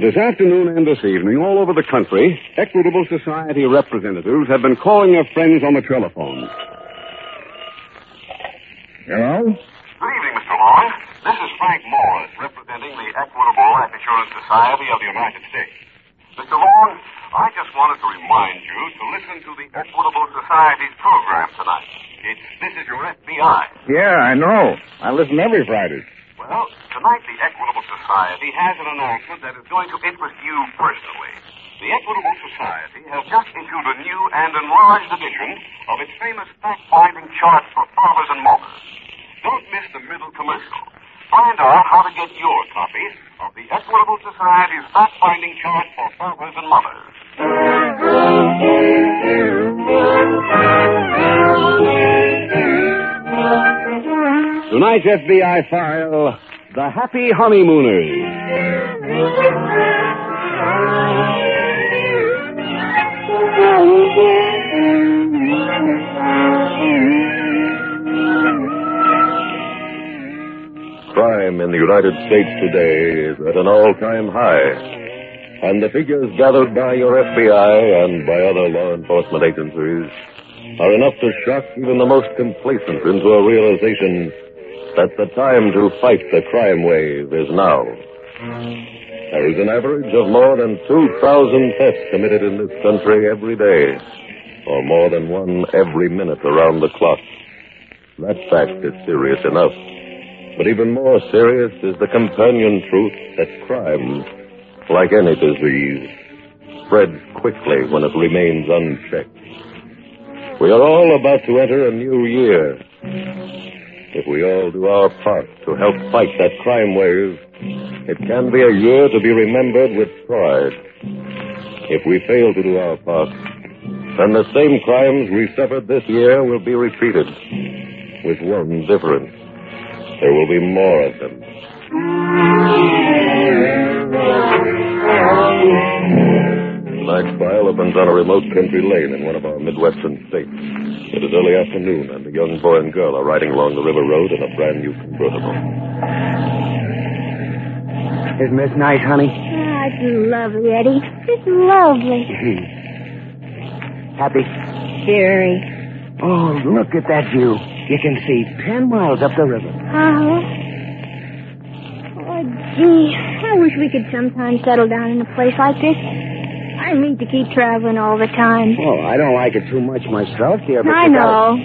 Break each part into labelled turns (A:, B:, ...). A: This afternoon and this evening, all over the country, Equitable Society representatives have been calling their friends on the telephone. Hello?
B: Good evening, Mr. Long. This is Frank Morris, representing the Equitable Life Assurance Society of the United States. Mr. Long, I just wanted to remind you to listen to the Equitable Society's program tonight. It's This Is Your FBI.
A: Yeah, I know. I listen every Friday.
B: Well, tonight the Equitable Society has an announcement that is going to interest you personally. The Equitable Society has just issued a new and enlarged edition of its famous fact-finding chart for farmers and mowers. Don't miss the middle commercial. Find out how to get your copy of the Equitable Society's fact-finding chart for farmers and mothers.
A: Tonight's FBI file The Happy Honeymooners.
C: Crime in the United States today is at an all time high. And the figures gathered by your FBI and by other law enforcement agencies are enough to shock even the most complacent into a realization that the time to fight the crime wave is now. There is an average of more than 2,000 thefts committed in this country every day, or more than one every minute around the clock. That fact is serious enough. But even more serious is the companion truth that crime, like any disease, spreads quickly when it remains unchecked. We are all about to enter a new year. If we all do our part to help fight that crime wave, it can be a year to be remembered with pride. If we fail to do our part, then the same crimes we suffered this year will be repeated, with one difference. There will be more of them. Tonight's file opens on a remote country lane in one of our midwestern states. It is early afternoon, and a young boy and girl are riding along the river road in a brand new convertible.
D: Isn't this nice, honey?
E: Ah, it's lovely, Eddie. It's lovely.
D: Happy.
E: Jerry.
D: Oh, look at that view. You can see ten miles up the river.
E: How? Oh, gee. I wish we could sometime settle down in a place like this. I mean to keep traveling all the time.
D: Oh, I don't like it too much myself, dear. but
E: I
D: you
E: know.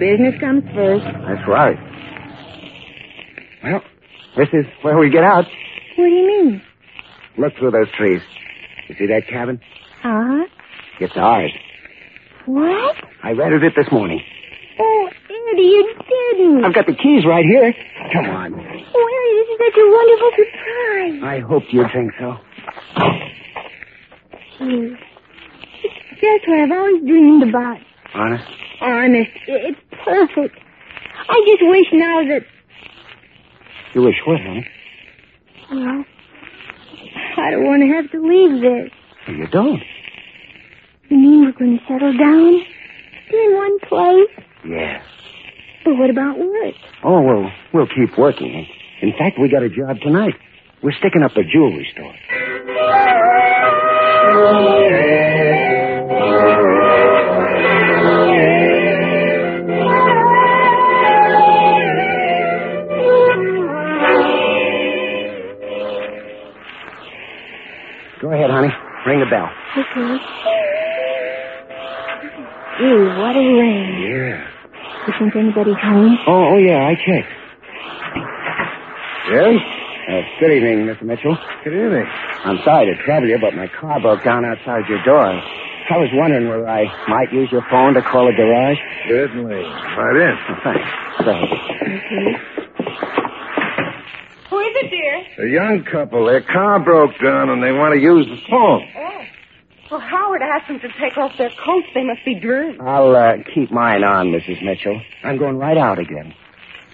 E: Business comes first.
D: gotta- That's right. Well, this is where we get out.
E: What do you mean?
D: Look through those trees. You see that cabin?
E: Huh?
D: It's ours.
E: Uh, What?
D: I rented it this morning.
E: Oh, Eddie, you didn't.
D: I've got the keys right here. Come on.
E: Oh, Eddie, this is such a wonderful surprise.
D: I hoped you'd think so.
E: Gee. It's just what I've always dreamed about.
D: Honest?
E: Honest, i- it's perfect. I just wish now that,
D: You wish what, honey?
E: well, I don't want to have to leave this.
D: You don't.
E: You mean we're going to settle down? In one place?
D: Yeah.
E: But what about work?
D: Oh, well, we'll keep working. In fact, we got a job tonight. We're sticking up a jewelry store. Go ahead, honey. Ring the bell.
E: Okay. Gee, what a rain.
D: Yeah.
E: You think anybody's home?
D: Oh, oh yeah, I checked.
C: Yes?
D: Uh, good evening, Mr. Mitchell. Good evening. I'm sorry to trouble you, but my car broke down outside your door. I was wondering whether I might use your phone to call a garage.
F: Certainly. Right in.
D: Oh, thanks. Go ahead.
G: Who is it, dear?
F: A young couple, their car broke down and they want to use the phone.
G: Oh. Well, Howard asked them to take off their coats. They must be drenched.
D: I'll uh, keep mine on, Mrs. Mitchell. I'm going right out again.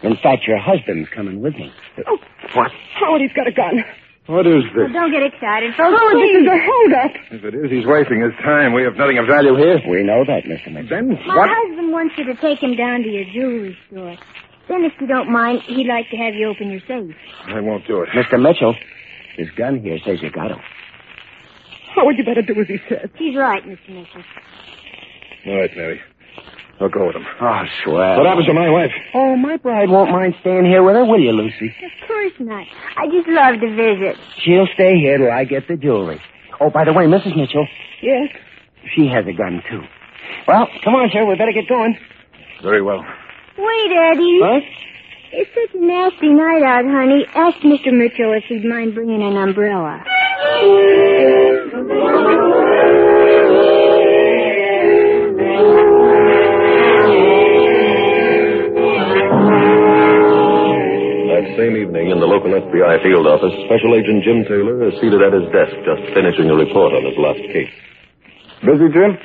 D: In fact, your husband's coming with me.
G: Oh.
D: What?
G: Howard, he's got a gun.
F: What is
E: Well,
F: this?
E: don't get excited, folks.
G: Howard, this is a holdup.
F: If it is, he's wasting his time. We have nothing of value here.
D: We know that, Mr. Mitchell.
F: Then
E: My
F: what?
E: husband wants you to take him down to your jewelry store. Then, if you don't mind, he'd like to have you open your safe.
F: I won't do it.
D: Mr. Mitchell, his gun here says you got him. Oh,
G: Howard, you better do as he said.
E: He's right, Mr. Mitchell.
F: All right, Mary. I'll go with him.
D: Oh, swell.
F: What happens to my wife?
D: Oh, my bride won't mind staying here with her, will you, Lucy?
E: Of course not. I just love to visit.
D: She'll stay here till I get the jewelry. Oh, by the way, Mrs. Mitchell,
G: Yes.
D: she has a gun, too. Well, come on, sir. We better get going.
F: Very well.
E: Wait, Eddie.
D: Huh?
E: It's such a nasty night out, honey. Ask Mr. Mitchell if he'd mind bringing an umbrella.
C: That same evening, in the local FBI field office, Special Agent Jim Taylor is seated at his desk, just finishing a report on his last case.
F: Busy, Jim?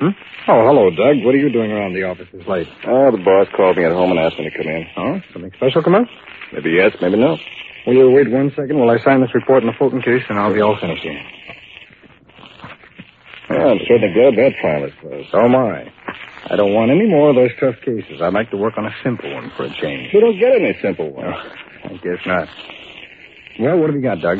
F: Oh, hello, Doug. What are you doing around the office this late?
C: Oh, the boss called me at home and asked me to come in.
F: Huh? Something special come up?
C: Maybe yes, maybe no.
F: Will you wait one second while I sign this report in the Fulton case, and I'll be all finished here.
C: Well, I'm certainly glad that file is closed.
F: So am I. I don't want any more of those tough cases. I'd like to work on a simple one for a change.
C: You don't get any simple ones.
F: I guess not. Well, what have you got, Doug?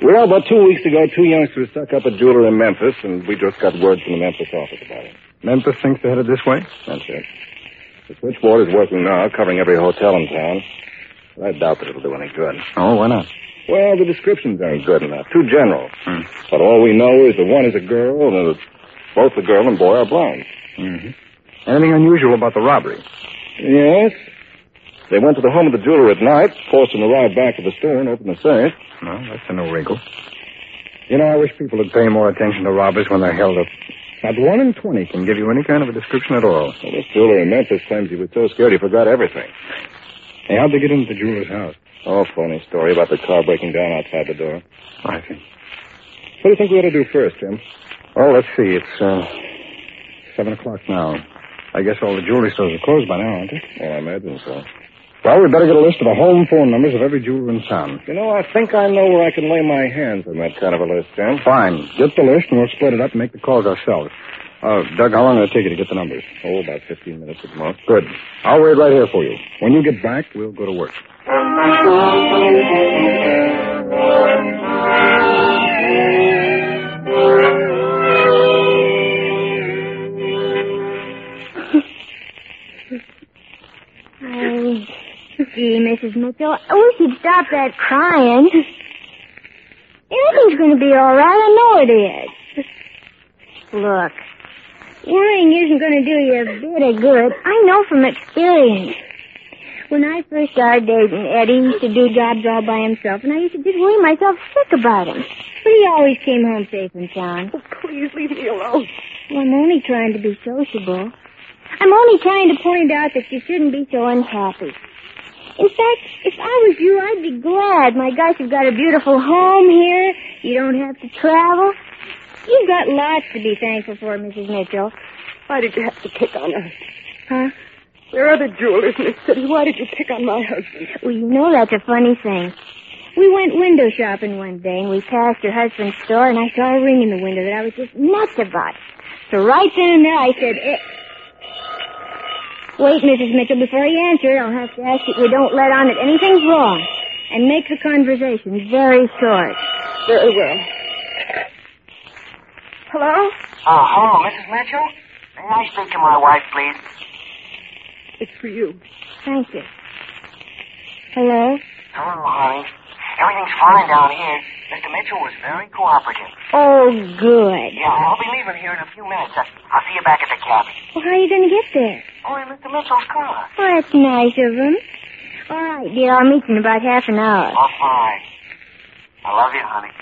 C: Well, about two weeks ago, two youngsters stuck up a jeweler in Memphis, and we just got word from the Memphis office about it.
F: Memphis thinks they're headed this way?
C: That's it. The switchboard is working now, covering every hotel in town. But I doubt that it'll do any good.
F: Oh, why not? Hmm.
C: Well, the descriptions aren't good enough. Too general. But all we know is that one is a girl, and that both the girl and boy are blind.
F: Mm-hmm. Anything unusual about the robbery?
C: Yes. They went to the home of the jeweler at night, forced him to ride back to the store and open the safe.
F: No, that's a no wrinkle. You know, I wish people would pay more attention to robbers when they're held up. Not one in twenty can give you any kind of a description at all.
C: Well, this jeweler in Memphis claims he was so scared he forgot everything.
F: Hey, how'd they get into the jeweler's house?
C: Oh, phony story about the car breaking down outside the door.
F: I think.
C: What do you think we ought to do first, Jim?
F: Oh, let's see. It's, uh, seven o'clock now. I guess all the jewelry stores are closed by now, aren't they?
C: Well, Oh, I imagine so.
F: Well, we better get a list of the home phone numbers of every jeweler in town.
C: You know, I think I know where I can lay my hands on that kind of a list, Jim.
F: Fine. Get the list, and we'll split it up and make the calls ourselves. Uh, Doug, how long will it take you to get the numbers?
C: Oh, about 15 minutes at most.
F: Good. I'll wait right here for you. When you get back, we'll go to work.
E: Oh, gee, Mrs. Mitchell, I wish you'd stop that crying. Everything's going to be all right. I know it is. Look, worrying isn't going to do you a bit of good. I know from experience. When I first started dating, Eddie used to do jobs all by himself, and I used to just worry myself sick about him. But he always came home safe and sound.
G: Oh, please leave me alone.
E: Well, I'm only trying to be sociable. I'm only trying to point out that you shouldn't be so unhappy. In fact, if I was you, I'd be glad. My gosh, you've got a beautiful home here. You don't have to travel. You've got lots to be thankful for, Mrs. Mitchell.
G: Why did you have to pick on us?
E: Huh?
G: There are other jewelers in this city. Why did you pick on my husband?
E: Well, you know that's a funny thing. We went window shopping one day, and we passed your husband's store, and I saw a ring in the window that I was just nuts about. So right then and there, I said, eh. "Wait, Mrs. Mitchell, before you answer, I'll have to ask that you don't let on that anything's wrong, and make the conversation very short."
G: Very well. Hello?
B: Uh, hello, Mrs. Mitchell? May I speak to my wife, please?
G: It's for you.
E: Thank you. Hello.
B: Hello, honey. Everything's fine down here. Mr. Mitchell was very cooperative.
E: Oh, good.
B: Yeah, I'll be leaving here in a few minutes. I- I'll see you back at the cabin.
E: Well, how are you going to get there?
B: Oh, in Mr. Mitchell's car.
E: Oh, that's nice of him. All right, dear. I'll meet you in about half an hour.
B: Oh, fine. I love you, honey.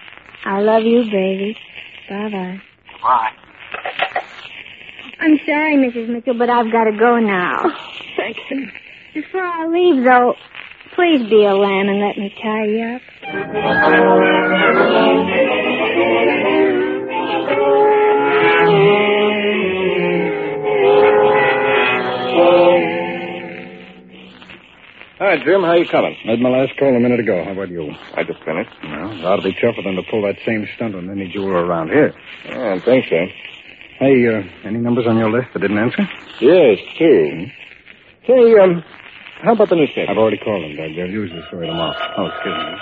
E: I love you, baby. Bye bye.
B: Goodbye.
E: I'm sorry, Mrs. Mitchell, but I've got to go now.
G: Thank you.
E: Before I leave, though, please be a lamb and let me tie you up.
F: All right, Jim, how you coming? Made my last call a minute ago. How about you?
H: I just finished.
F: Well, it ought to be tougher than to pull that same stunt on any jeweler around here.
H: I
F: Oh,
H: don't think so.
F: Hey, uh, any numbers on your list that didn't answer?
H: Yes, two.
F: Hmm?
H: Say, um, how about the newspaper?
F: I've already called them, Doug. They'll use the story tomorrow. Oh, excuse me.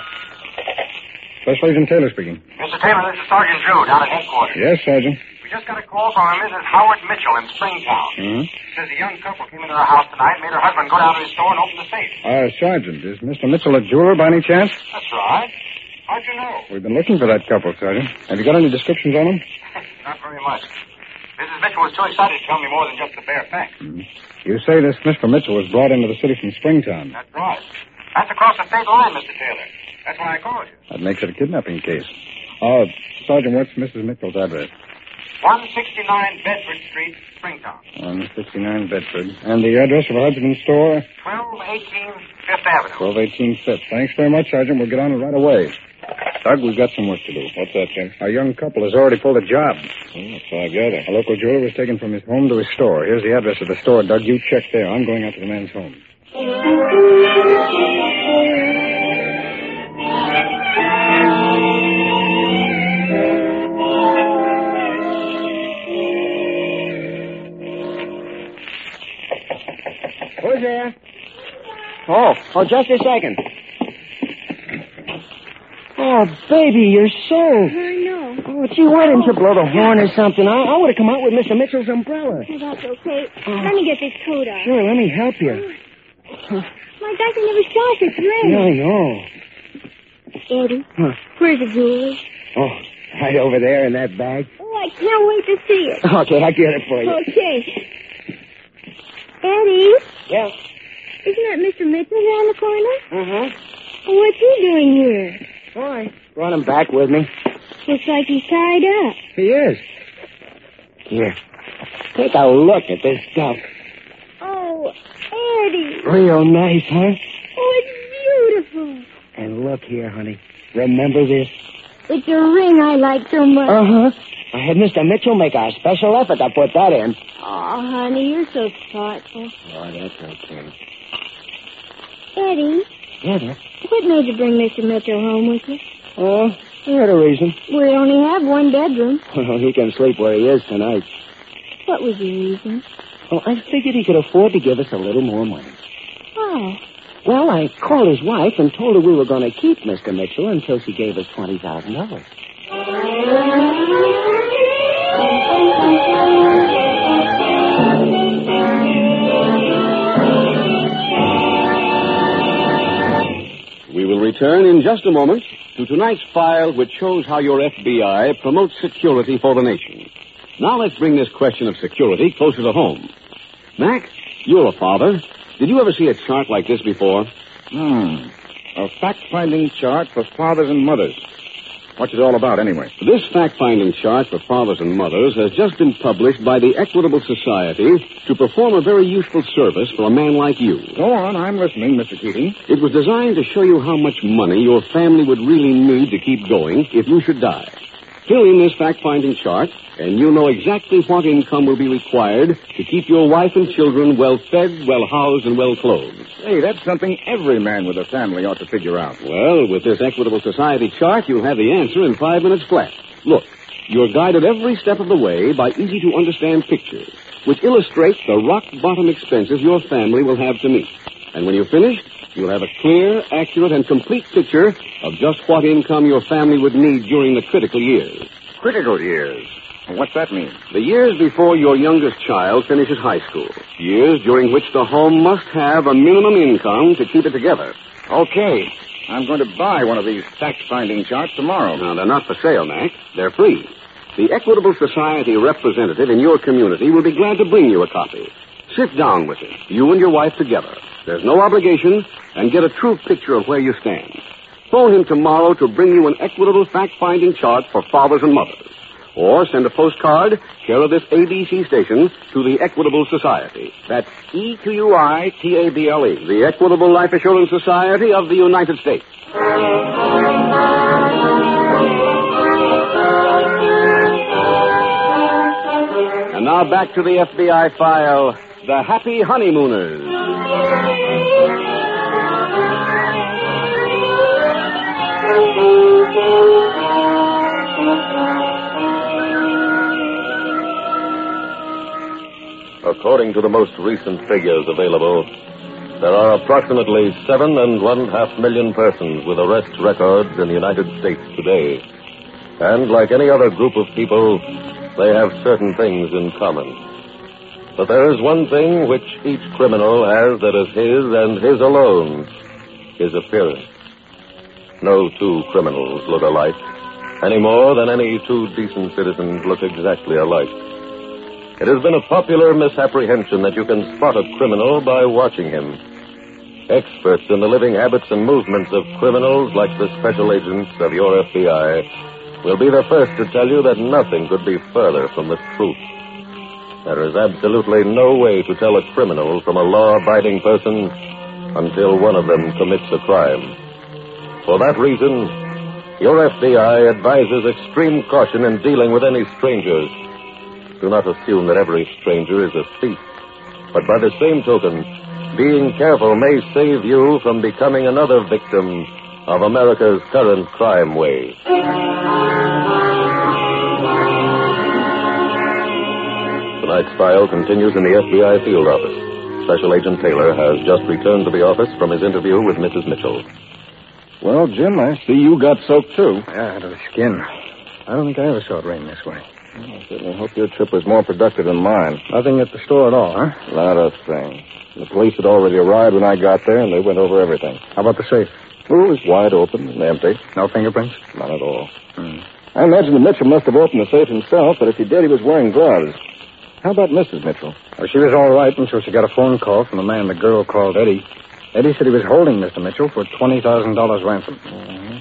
F: Special Agent Taylor speaking.
B: Mr. Taylor, this is Sergeant Drew down at headquarters.
F: Yes, Sergeant.
B: We just got a call from a Mrs. Howard Mitchell in Springtown.
F: Mm-hmm.
B: Says a young couple came into her house tonight, made her husband go down to his store and open the safe.
F: Uh, Sergeant, is Mr. Mitchell a jeweler by any chance?
B: That's right. How'd you know?
F: We've been looking for that couple, Sergeant. Have you got any descriptions on them?
B: Not very much. Mrs. Mitchell was too excited to tell me more than just the bare facts.
F: You say this Mr. Mitchell was brought into the city from Springtown.
B: That's right. That's across the state line, Mr. Taylor. That's why I called you.
F: That makes it a kidnapping case. Uh, Sergeant, what's Mrs. Mitchell's address?
B: 169 Bedford Street, Springtown.
F: 159 Bedford. And the address of her husband's store?
B: 1218 Fifth Avenue.
F: 1218 Fifth. Thanks very much, Sergeant. We'll get on it right away. Doug, we've got some work to do.
H: What's that, Jim?
F: Our young couple has already pulled a job.
H: that's all I gather.
F: A local jeweler was taken from his home to his store. Here's the address of the store, Doug. You check there. I'm going out to the man's home.
A: Who's there?
F: Oh,
A: Oh, just a second. Oh, baby, you're sold.
E: I know.
A: Oh, gee, why didn't you blow the horn or something? I, I would have come out with Mr. Mitchell's umbrella.
E: Oh, That's okay. Let me get this coat off.
A: Sure, let me help you.
E: My gosh, I never saw such
A: No,
E: rain.
A: no.
E: Eddie,
A: Huh.
E: where's the jewelry?
A: Oh, right over there in that bag.
E: Oh, I can't wait to see it.
A: Okay, I'll get it for you.
E: Okay. Eddie,
A: Yeah.
E: isn't that Mr. Mitchell here on the corner?
A: Uh-huh.
E: Well, What's he doing here?
A: Boy. Brought him back with me.
E: Looks like he's tied up.
A: He is. Here. Take a look at this stuff.
E: Oh, Eddie.
A: Real nice, huh?
E: Oh, it's beautiful.
A: And look here, honey. Remember this?
E: It's a ring I like so much.
A: Uh-huh. I had Mr. Mitchell make a special effort to put that in.
E: Aw, honey, you're so thoughtful.
A: Oh, that's okay.
E: Eddie,
A: Yeah, that's...
E: what made you bring Mr. Mitchell home with you?
A: Oh, he had a reason.
E: We only have one bedroom.
A: Well, he can sleep where he is tonight.
E: What was your reason?
A: Well, I figured he could afford to give us a little more money.
E: Oh,
A: Well, I called his wife and told her we were going to keep Mr. Mitchell until she gave us $20,000.
C: We will return in just a moment to tonight's file, which shows how your FBI promotes security for the nation. Now let's bring this question of security closer to home. Mac, you're a father. Did you ever see a chart like this before?
F: Hmm. A fact-finding chart for fathers and mothers. What's it all about, anyway?
C: This fact finding chart for fathers and mothers has just been published by the Equitable Society to perform a very useful service for a man like you.
F: Go on. I'm listening, Mr. Keating.
C: It was designed to show you how much money your family would really need to keep going if you should die. Fill in this fact finding chart, and you'll know exactly what income will be required to keep your wife and children well fed, well housed, and well clothed.
F: Hey, that's something every man with a family ought to figure out.
C: Well, with this Equitable Society chart, you'll have the answer in five minutes flat. Look, you're guided every step of the way by easy to understand pictures, which illustrate the rock bottom expenses your family will have to meet. And when you're finished, you'll have a clear, accurate, and complete picture of just what income your family would need during the critical years.
F: Critical years. What's that mean?
C: The years before your youngest child finishes high school. Years during which the home must have a minimum income to keep it together.
F: Okay. I'm going to buy one of these fact-finding charts tomorrow.
C: Now, they're not for sale, Mac. They're free. The Equitable Society representative in your community will be glad to bring you a copy. Sit down with him, you and your wife together. There's no obligation, and get a true picture of where you stand. Phone him tomorrow to bring you an equitable fact finding chart for fathers and mothers.
A: or send a postcard, care of this ABC station, to the Equitable Society. That's E E-Q-U-I-T-A-B-L-E, E, the Equitable Life Assurance Society of the United States. And now back to the FBI file, The Happy Honeymooners.
C: According to the most recent figures available, there are approximately seven and one half million persons with arrest records in the United States today. And like any other group of people, they have certain things in common. But there is one thing which each criminal has that is his and his alone his appearance. No two criminals look alike, any more than any two decent citizens look exactly alike. It has been a popular misapprehension that you can spot a criminal by watching him. Experts in the living habits and movements of criminals, like the special agents of your FBI, will be the first to tell you that nothing could be further from the truth. There is absolutely no way to tell a criminal from a law abiding person until one of them commits a crime. For that reason, your FBI advises extreme caution in dealing with any strangers. Do not assume that every stranger is a thief. But by the same token, being careful may save you from becoming another victim of America's current crime wave. Tonight's file continues in the FBI field office. Special Agent Taylor has just returned to the office from his interview with Mrs. Mitchell.
I: Well, Jim, I see you got soaked too.
F: Yeah, out of the skin. I don't think I ever saw it rain this way.
I: I certainly hope your trip was more productive than mine.
F: Nothing at the store at all, huh?
I: A lot of things. The police had already arrived when I got there, and they went over everything.
F: How about the safe?
I: It was wide open and empty.
F: No fingerprints? Hmm.
I: Not at all. I imagine that Mitchell must have opened the safe himself, but if he did, he was wearing gloves. How about Mrs. Mitchell?
F: Well, she was all right until she got a phone call from the man the girl called Eddie. Eddie said he was holding Mr. Mitchell for $20,000 ransom.
I: Mm-hmm.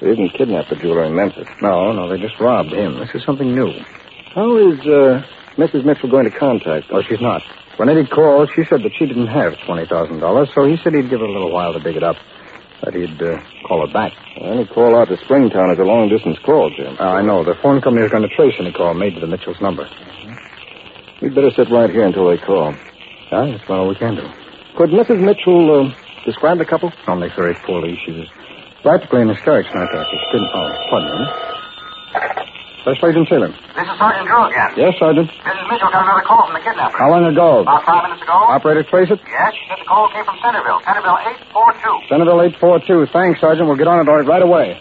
I: They didn't kidnap the jeweler in Memphis.
F: No, no, they just robbed him. This is something new.
I: How is uh, Mrs. Mitchell going to contact?
F: Oh, she's not. When Eddie called, she said that she didn't have $20,000, so he said he'd give her a little while to dig it up, that he'd uh, call her back.
I: Any call out to Springtown is a long distance call, Jim.
F: Uh, I know. The phone company is going to trace any call made to the Mitchell's number.
I: We'd better sit right here until they call.
F: Yeah, that's about all we can do.
I: Could Mrs. Mitchell uh, describe the couple?
F: Only very poorly. She was practically in hysterics, not that. She couldn't... Oh, pardon me. Special Agent Taylor.
B: This is Sergeant Drew again.
F: Yes, Sergeant.
B: Mrs. Mitchell got another call from the kidnapper.
F: How long ago?
B: About five minutes ago?
F: Operator, trace it.
B: Yes, she said the call came from Centerville. Centerville 842.
F: Centerville 842. Thanks, Sergeant. We'll get on it all right away.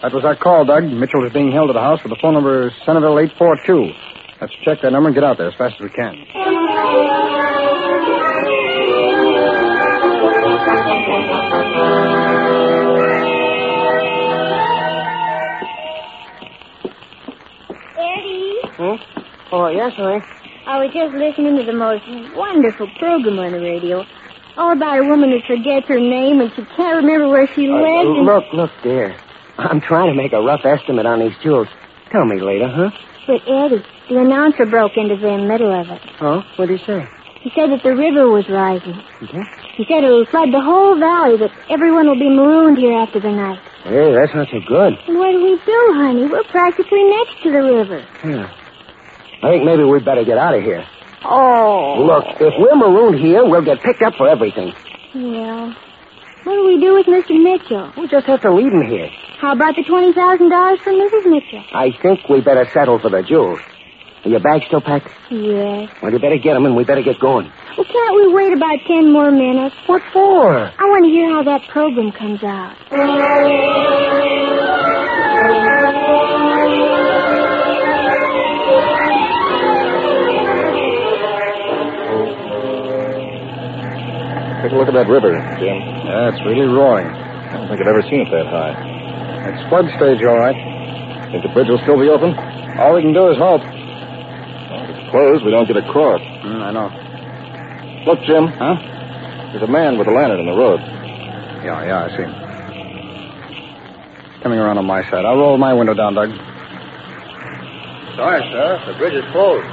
F: That was our call, Doug. Mitchell is being held at a house with the phone number Centerville 842. Let's check that number and get out there as fast as we can.
E: Eddie?
J: Oh, yes, honey.
E: I was just listening to the most wonderful program on the radio. All about a woman that forgets her name and she can't remember where she lived. and-
J: look, look, dear. I'm trying to make a rough estimate on these jewels. Tell me later, huh?
E: But Eddie, the announcer broke into the middle of it.
J: Huh? What do you say?
E: He said that the river was rising. He said it'll flood the whole valley, that everyone will be marooned here after the night.
J: Hey, that's not so good.
E: And what do we do, honey? We're practically next to the river.
J: Yeah. I think maybe we'd better get out of here.
E: Oh.
J: Look, if we're marooned here, we'll get picked up for everything.
E: Yeah. What do we do with Mr. Mitchell?
J: We'll just have to leave him here.
E: How about the $20,000 for Mrs. Mitchell?
J: I think we better settle for the jewels. Are your bags still packed?
E: Yes.
J: Well, you better get them, and we better get going.
E: Well, can't we wait about ten more minutes?
J: What for?
E: I want to hear how that program comes out.
I: Take a look at that river, Jim.
F: Yeah, it's really roaring.
I: I don't think I've ever seen it that high.
F: It's flood stage, all right.
I: Think the bridge will still be open?
F: All we can do is hope.
I: If it's closed, we don't get across.
F: Mm, I know.
I: Look, Jim.
F: Huh?
I: There's a man with a lantern in the road.
F: Yeah, yeah, I see him. Coming around on my side. I'll roll my window down, Doug.
K: Sorry, sir. The bridge is closed.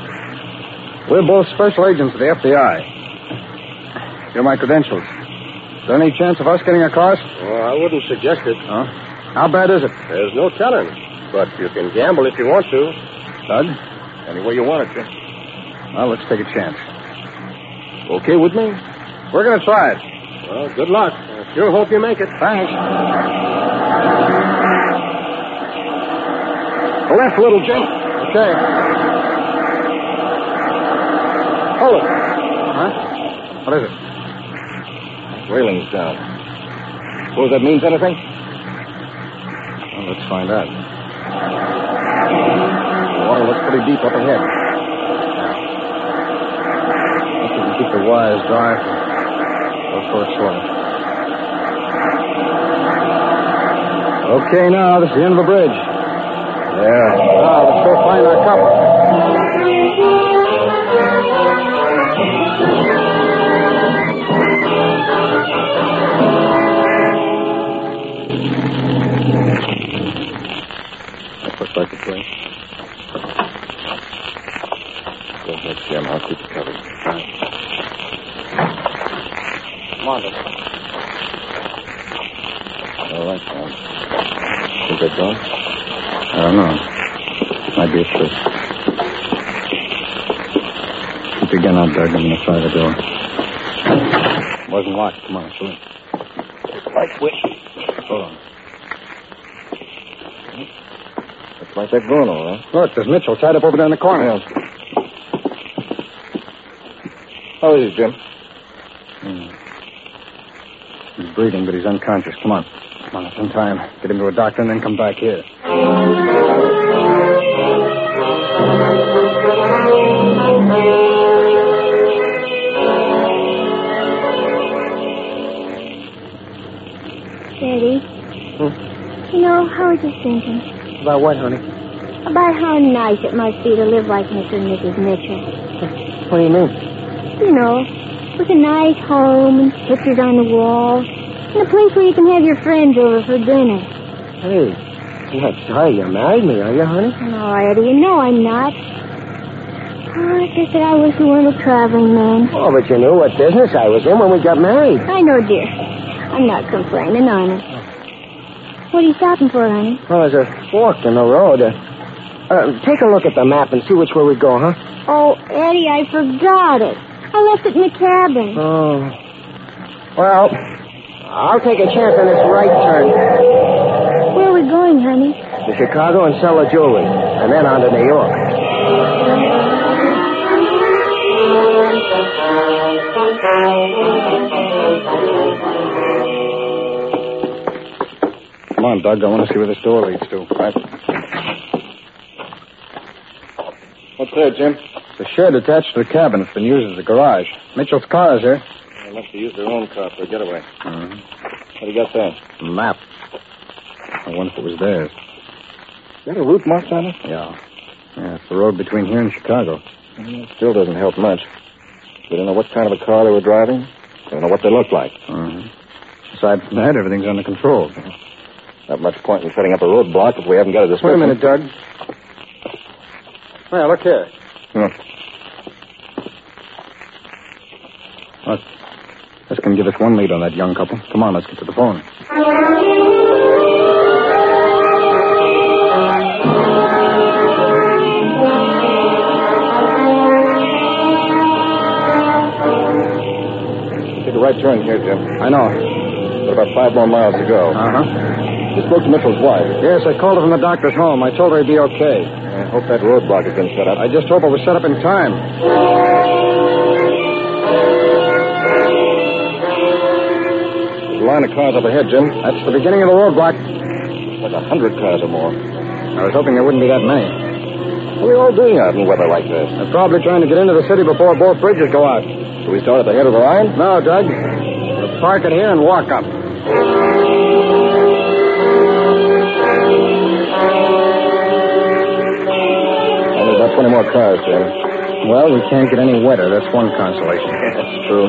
A: We're both special agents of the FBI. Here are my credentials. Is there any chance of us getting across?
K: Well, Oh, I wouldn't suggest it.
A: Huh? How bad is it?
K: There's no telling. But you can gamble if you want to.
A: Bud?
K: Any way you want it, sir.
A: Well, let's take a chance.
K: Okay with me?
A: We're going to try it.
K: Well, good luck. I sure hope you make it.
A: Thanks.
K: The left little gent.
A: Okay.
K: Hold it.
A: Huh? What is it?
F: Railing's down. Suppose that means anything?
A: Well, let's find out.
F: The water looks pretty deep up ahead.
A: If we can keep the wires dry, we'll go for it shortly. Okay, now, this is the end of the bridge. Yeah. Now, let's go find our copper.
F: That looks like the place. Go ahead, Jim. I'll keep it covered.
K: Come on, then.
F: All right, Tom. Think that's all?
A: I don't know. Might be a trick. Keep your gun out, Doug. I'm going to try the door. Wasn't locked. Come on, Oh. let's look.
F: Right switch.
A: Hold on.
F: Looks like they're going all right.
A: Look, there's Mitchell tied up over there in the corner.
F: How is it, Jim?
A: Hmm. He's breathing, but he's unconscious. Come on. Come on, let's untie him. Get him to a doctor and then come back here.
E: Daddy.
J: Hmm?
E: You know, I was just thinking
L: About what, honey?
E: about how nice it must be to live like Mr. and Mrs. Mitchell.
L: What do you mean?
E: You know, with a nice home and pictures on the walls and a place where you can have your friends over for dinner.
L: Hey, I'm not sorry you married me, are you, honey?
E: Oh, Eddie, you know I'm not. Oh, it's just that I wish we weren't a traveling man.
L: Oh, but you knew what business I was in when we got married.
E: I know, dear. I'm not complaining, honey. What are you stopping for, honey?
L: Well, there's a fork in the road. Uh, uh, take a look at the map and see which way we go, huh?
E: Oh, Eddie, I forgot it. I left it in the cabin.
L: Oh. Well, I'll take a chance on this right turn
E: Where are we going, honey?
L: to Chicago and sell the jewelry, and then on to New York.
A: Come on, Doug. I want to see where this door leads to. Right.
F: What's there, Jim?
A: It's a shed attached to the cabin. It's been used as a garage. Mitchell's car is here.
F: They must have used their own car for a getaway.
A: Mm-hmm.
F: What do you got there?
A: Map. I wonder if it was theirs.
F: Is that a route marked on it?
A: Yeah. Yeah, it's the road between here and Chicago.
F: Well, it still doesn't help much. We don't know what kind of a car they were driving. Don't know what they looked like.
A: Mm-hmm. Aside from that, everything's under control.
F: Not much point in setting up a roadblock if we haven't got a
A: Wait a
F: description.
A: minute, Doug. Well, look here.
F: Hmm.
A: Look, this can give us one lead on that young couple. Come on, let's get to the phone.
F: Take a right turn here, Jim.
A: I know.
F: Got about five more miles to go.
A: Uh huh.
F: You spoke to Mitchell's wife.
A: Yes, I called her from the doctor's home. I told her he'd be okay.
F: I hope that roadblock has been set up.
A: I just hope it was set up in time.
F: There's a line of cars up ahead, Jim.
A: That's the beginning of the roadblock.
F: Like a hundred cars or more.
A: I was hoping there wouldn't be that many.
F: What are they all doing out in weather like this?
A: They're probably trying to get into the city before both bridges go out.
F: Do we start at the head of the line?
A: No, Doug. We'll park it here and walk up.
F: Only about 20 more cars, Jim.
A: Well, we can't get any wetter. That's one consolation.
F: That's true.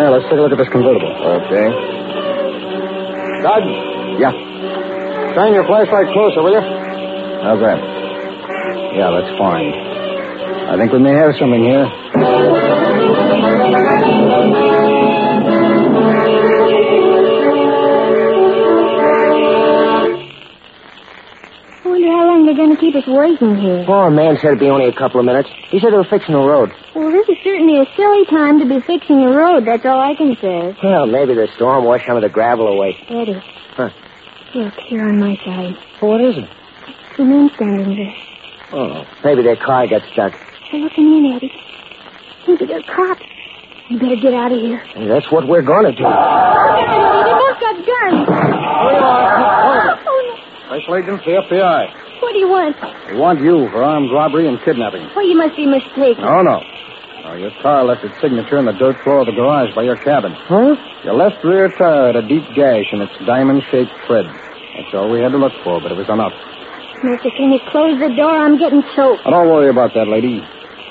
A: Now, let's take a look at this convertible.
F: Okay.
A: Doug? Yeah. Shine your flashlight closer, will you?
F: How's that? Yeah, that's fine. I think we may have something here.
E: I wonder how long they're going to keep us waiting here.
J: Foreign man said it'd be only a couple of minutes. He said they were fixing the road.
E: Well, this is certainly a silly time to be fixing the road. That's all I can say.
J: Well, maybe the storm washed some of the gravel away.
E: Eddie.
J: Huh.
E: Look, here on my side.
J: What is it?
E: Two men standing there.
J: Oh. Maybe their car got stuck.
E: They're looking in, Eddie. Maybe they're cops. You better get out of here.
J: And that's what we're going to do.
E: They both got guns. Oh,
F: Special Agent FBI.
E: no. What do you want?
F: We want you for armed robbery and kidnapping.
E: Oh, you must be mistaken.
F: No, no. No, your car left its signature in the dirt floor of the garage by your cabin.
J: Huh?
F: Your left rear tire had a deep gash in its diamond-shaped tread. That's all we had to look for, but it was enough.
E: Mister, can you close the door? I'm getting choked.
F: Now, don't worry about that, lady.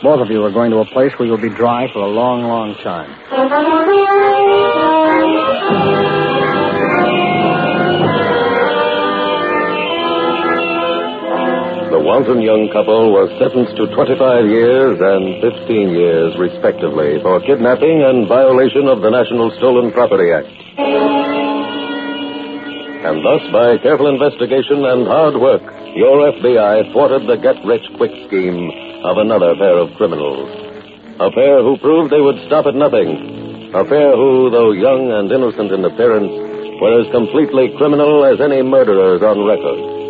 F: Both of you are going to a place where you'll be dry for a long, long time.
C: The wanton young couple was sentenced to 25 years and 15 years, respectively, for kidnapping and violation of the National Stolen Property Act. And thus, by careful investigation and hard work, your FBI thwarted the get rich quick scheme of another pair of criminals. A pair who proved they would stop at nothing. A pair who, though young and innocent in appearance, were as completely criminal as any murderers on record.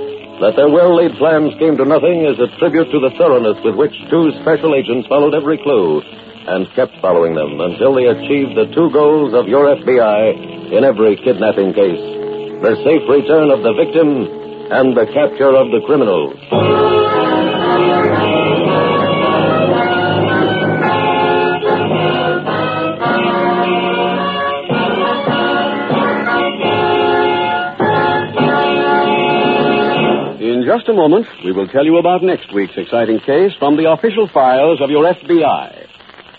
C: That their well laid plans came to nothing is a tribute to the thoroughness with which two special agents followed every clue and kept following them until they achieved the two goals of your FBI in every kidnapping case the safe return of the victim and the capture of the criminal.
A: In just a moment, we will tell you about next week's exciting case from the official files of your FBI.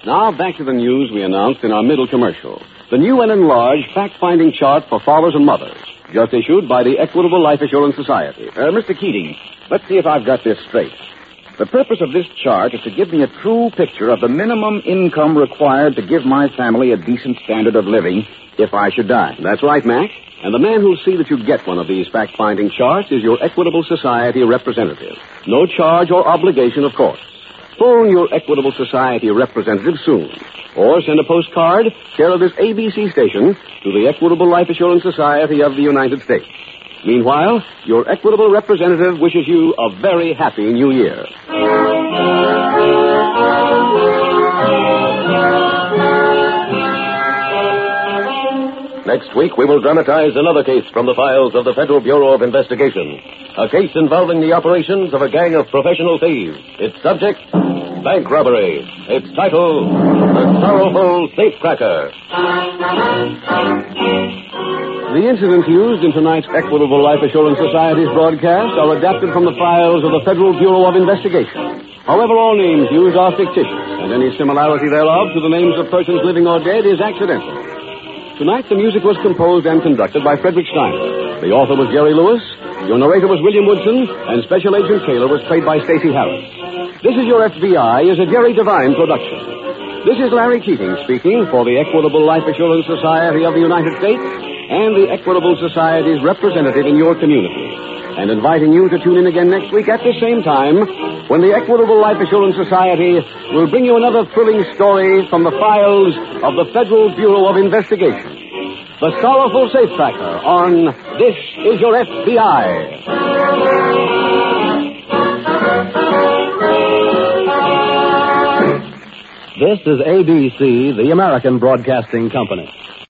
A: Now, back to the news we announced in our middle commercial. The new and enlarged fact-finding chart for fathers and mothers, just issued by the Equitable Life Assurance Society. Uh, Mr. Keating, let's see if I've got this straight.
M: The purpose of this chart is to give me a true picture of the minimum income required to give my family a decent standard of living if I should die.
A: That's right, Mac. And the man who'll see that you get one of these fact-finding charts is your Equitable Society representative. No charge or obligation, of course. Phone your Equitable Society representative soon. Or send a postcard, care of this ABC station, to the Equitable Life Assurance Society of the United States. Meanwhile, your Equitable representative wishes you a very happy new year.
C: Next week, we will dramatize another case from the files of the Federal Bureau of Investigation. A case involving the operations of a gang of professional thieves. Its subject, bank robbery. Its title, The Sorrowful Safecracker.
A: The incidents used in tonight's Equitable Life Assurance Society's broadcast are adapted from the files of the Federal Bureau of Investigation. However, all names used are fictitious, and any similarity thereof to the names of persons living or dead is accidental. Tonight, the music was composed and conducted by Frederick Steiner. The author was Gary Lewis, your narrator was William Woodson, and Special Agent Taylor was played by Stacey Harris. This is Your FBI is a Gary Devine production. This is Larry Keating speaking for the Equitable Life Assurance Society of the United States and the Equitable Society's representative in your community. And inviting you to tune in again next week at the same time when the Equitable Life Assurance Society will bring you another thrilling story from the files of the Federal Bureau of Investigation. The Sorrowful Safe Tracker on This Is Your FBI.
N: This is ABC, the American Broadcasting Company.